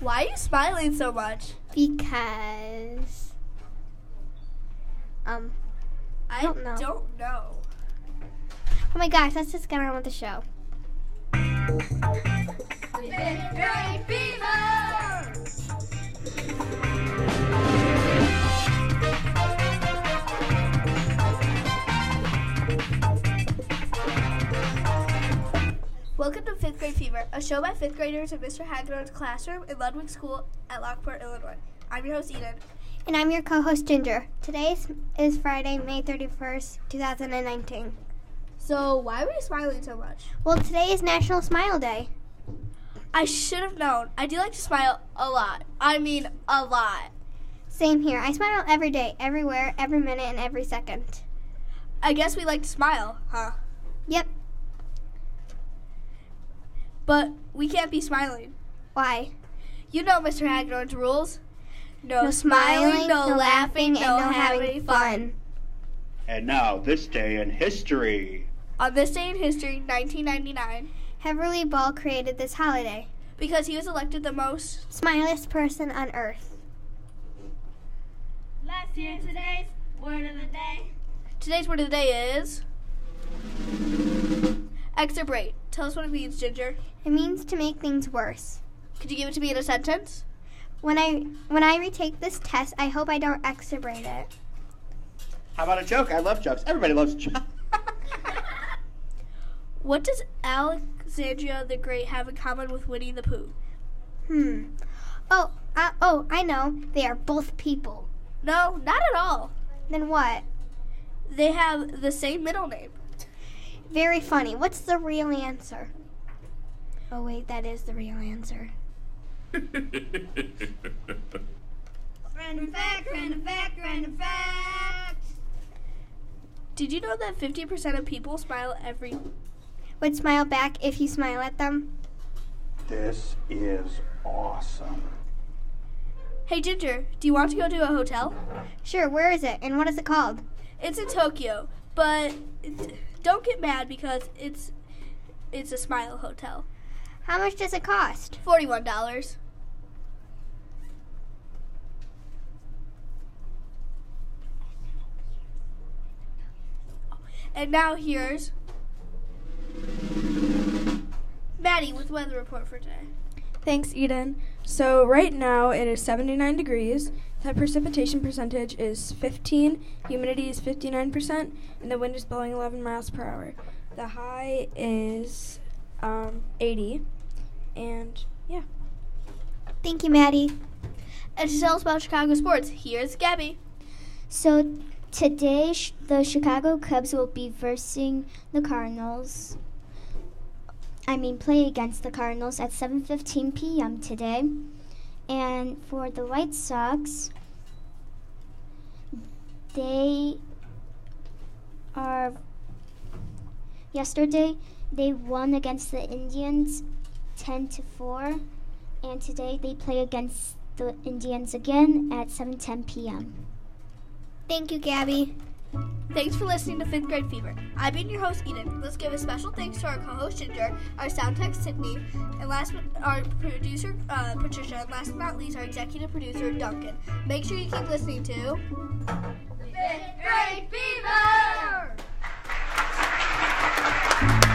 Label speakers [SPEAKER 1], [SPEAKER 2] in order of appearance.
[SPEAKER 1] Why are you smiling so much?
[SPEAKER 2] because um
[SPEAKER 1] I
[SPEAKER 2] don't know.
[SPEAKER 1] don't know.
[SPEAKER 2] oh my gosh, let's just get on with the show.
[SPEAKER 1] Welcome to Fifth Grade Fever, a show by fifth graders in Mr. Hagedorn's classroom in Ludwig School at Lockport, Illinois. I'm your host, Eden.
[SPEAKER 2] And I'm your co-host Ginger. Today is, is Friday, May 31st, 2019.
[SPEAKER 1] So, why were you smiling so much?
[SPEAKER 2] Well, today is National Smile Day.
[SPEAKER 1] I should have known. I do like to smile a lot. I mean, a lot.
[SPEAKER 2] Same here. I smile every day, everywhere, every minute, and every second.
[SPEAKER 1] I guess we like to smile, huh?
[SPEAKER 2] Yep.
[SPEAKER 1] But we can't be smiling.
[SPEAKER 2] Why?
[SPEAKER 1] You know Mr. Hagedorn's rules.
[SPEAKER 2] No smiling, no laughing, and no having fun.
[SPEAKER 3] And now, this day in history.
[SPEAKER 1] On this day in history, 1999,
[SPEAKER 2] Heverly Ball created this holiday.
[SPEAKER 1] because he was elected the most
[SPEAKER 2] Smilest person on earth.
[SPEAKER 4] Let's hear today's word of the day.
[SPEAKER 1] Today's word of the day is execrate. Tell us what it means, Ginger.
[SPEAKER 2] It means to make things worse.
[SPEAKER 1] Could you give it to me in a sentence?
[SPEAKER 2] When I when I retake this test, I hope I don't execrate it.
[SPEAKER 3] How about a joke? I love jokes. Everybody loves jokes.
[SPEAKER 1] What does Alexandria the Great have in common with Winnie the Pooh?
[SPEAKER 2] Hmm. Oh, uh, oh, I know. They are both people.
[SPEAKER 1] No, not at all.
[SPEAKER 2] Then what?
[SPEAKER 1] They have the same middle name.
[SPEAKER 2] Very funny. What's the real answer? Oh wait, that is the real answer.
[SPEAKER 4] Random fact, random fact, random fact.
[SPEAKER 1] Did you know that 50% of people smile every
[SPEAKER 2] Would smile back if you smile at them.
[SPEAKER 3] This is awesome.
[SPEAKER 1] Hey Ginger, do you want to go to a hotel?
[SPEAKER 2] Sure. Where is it? And what is it called?
[SPEAKER 1] It's in Tokyo, but it- don't get mad because it's it's a smile hotel.
[SPEAKER 2] How much does it cost?
[SPEAKER 1] Forty-one dollars. And now here's Maddie with weather report for today.
[SPEAKER 5] Thanks, Eden. So, right now it is 79 degrees. The precipitation percentage is 15, humidity is 59%, and the wind is blowing 11 miles per hour. The high is um, 80, and yeah.
[SPEAKER 2] Thank you, Maddie.
[SPEAKER 1] And to tell us about Chicago sports, here's Gabby.
[SPEAKER 6] So today, sh- the Chicago Cubs will be versing the Cardinals. I mean, play against the Cardinals at 7:15 p.m. today. And for the White Sox, they are yesterday they won against the Indians 10 to 4 and today they play against the Indians again at 7:10 p.m.
[SPEAKER 2] Thank you, Gabby.
[SPEAKER 1] Thanks for listening to Fifth Grade Fever. I've been your host, Eden. Let's give a special thanks to our co-host Ginger, our sound tech Sydney, and last but our producer uh, Patricia, and last but not least our executive producer Duncan. Make sure you keep listening to.
[SPEAKER 4] Fifth grade fever!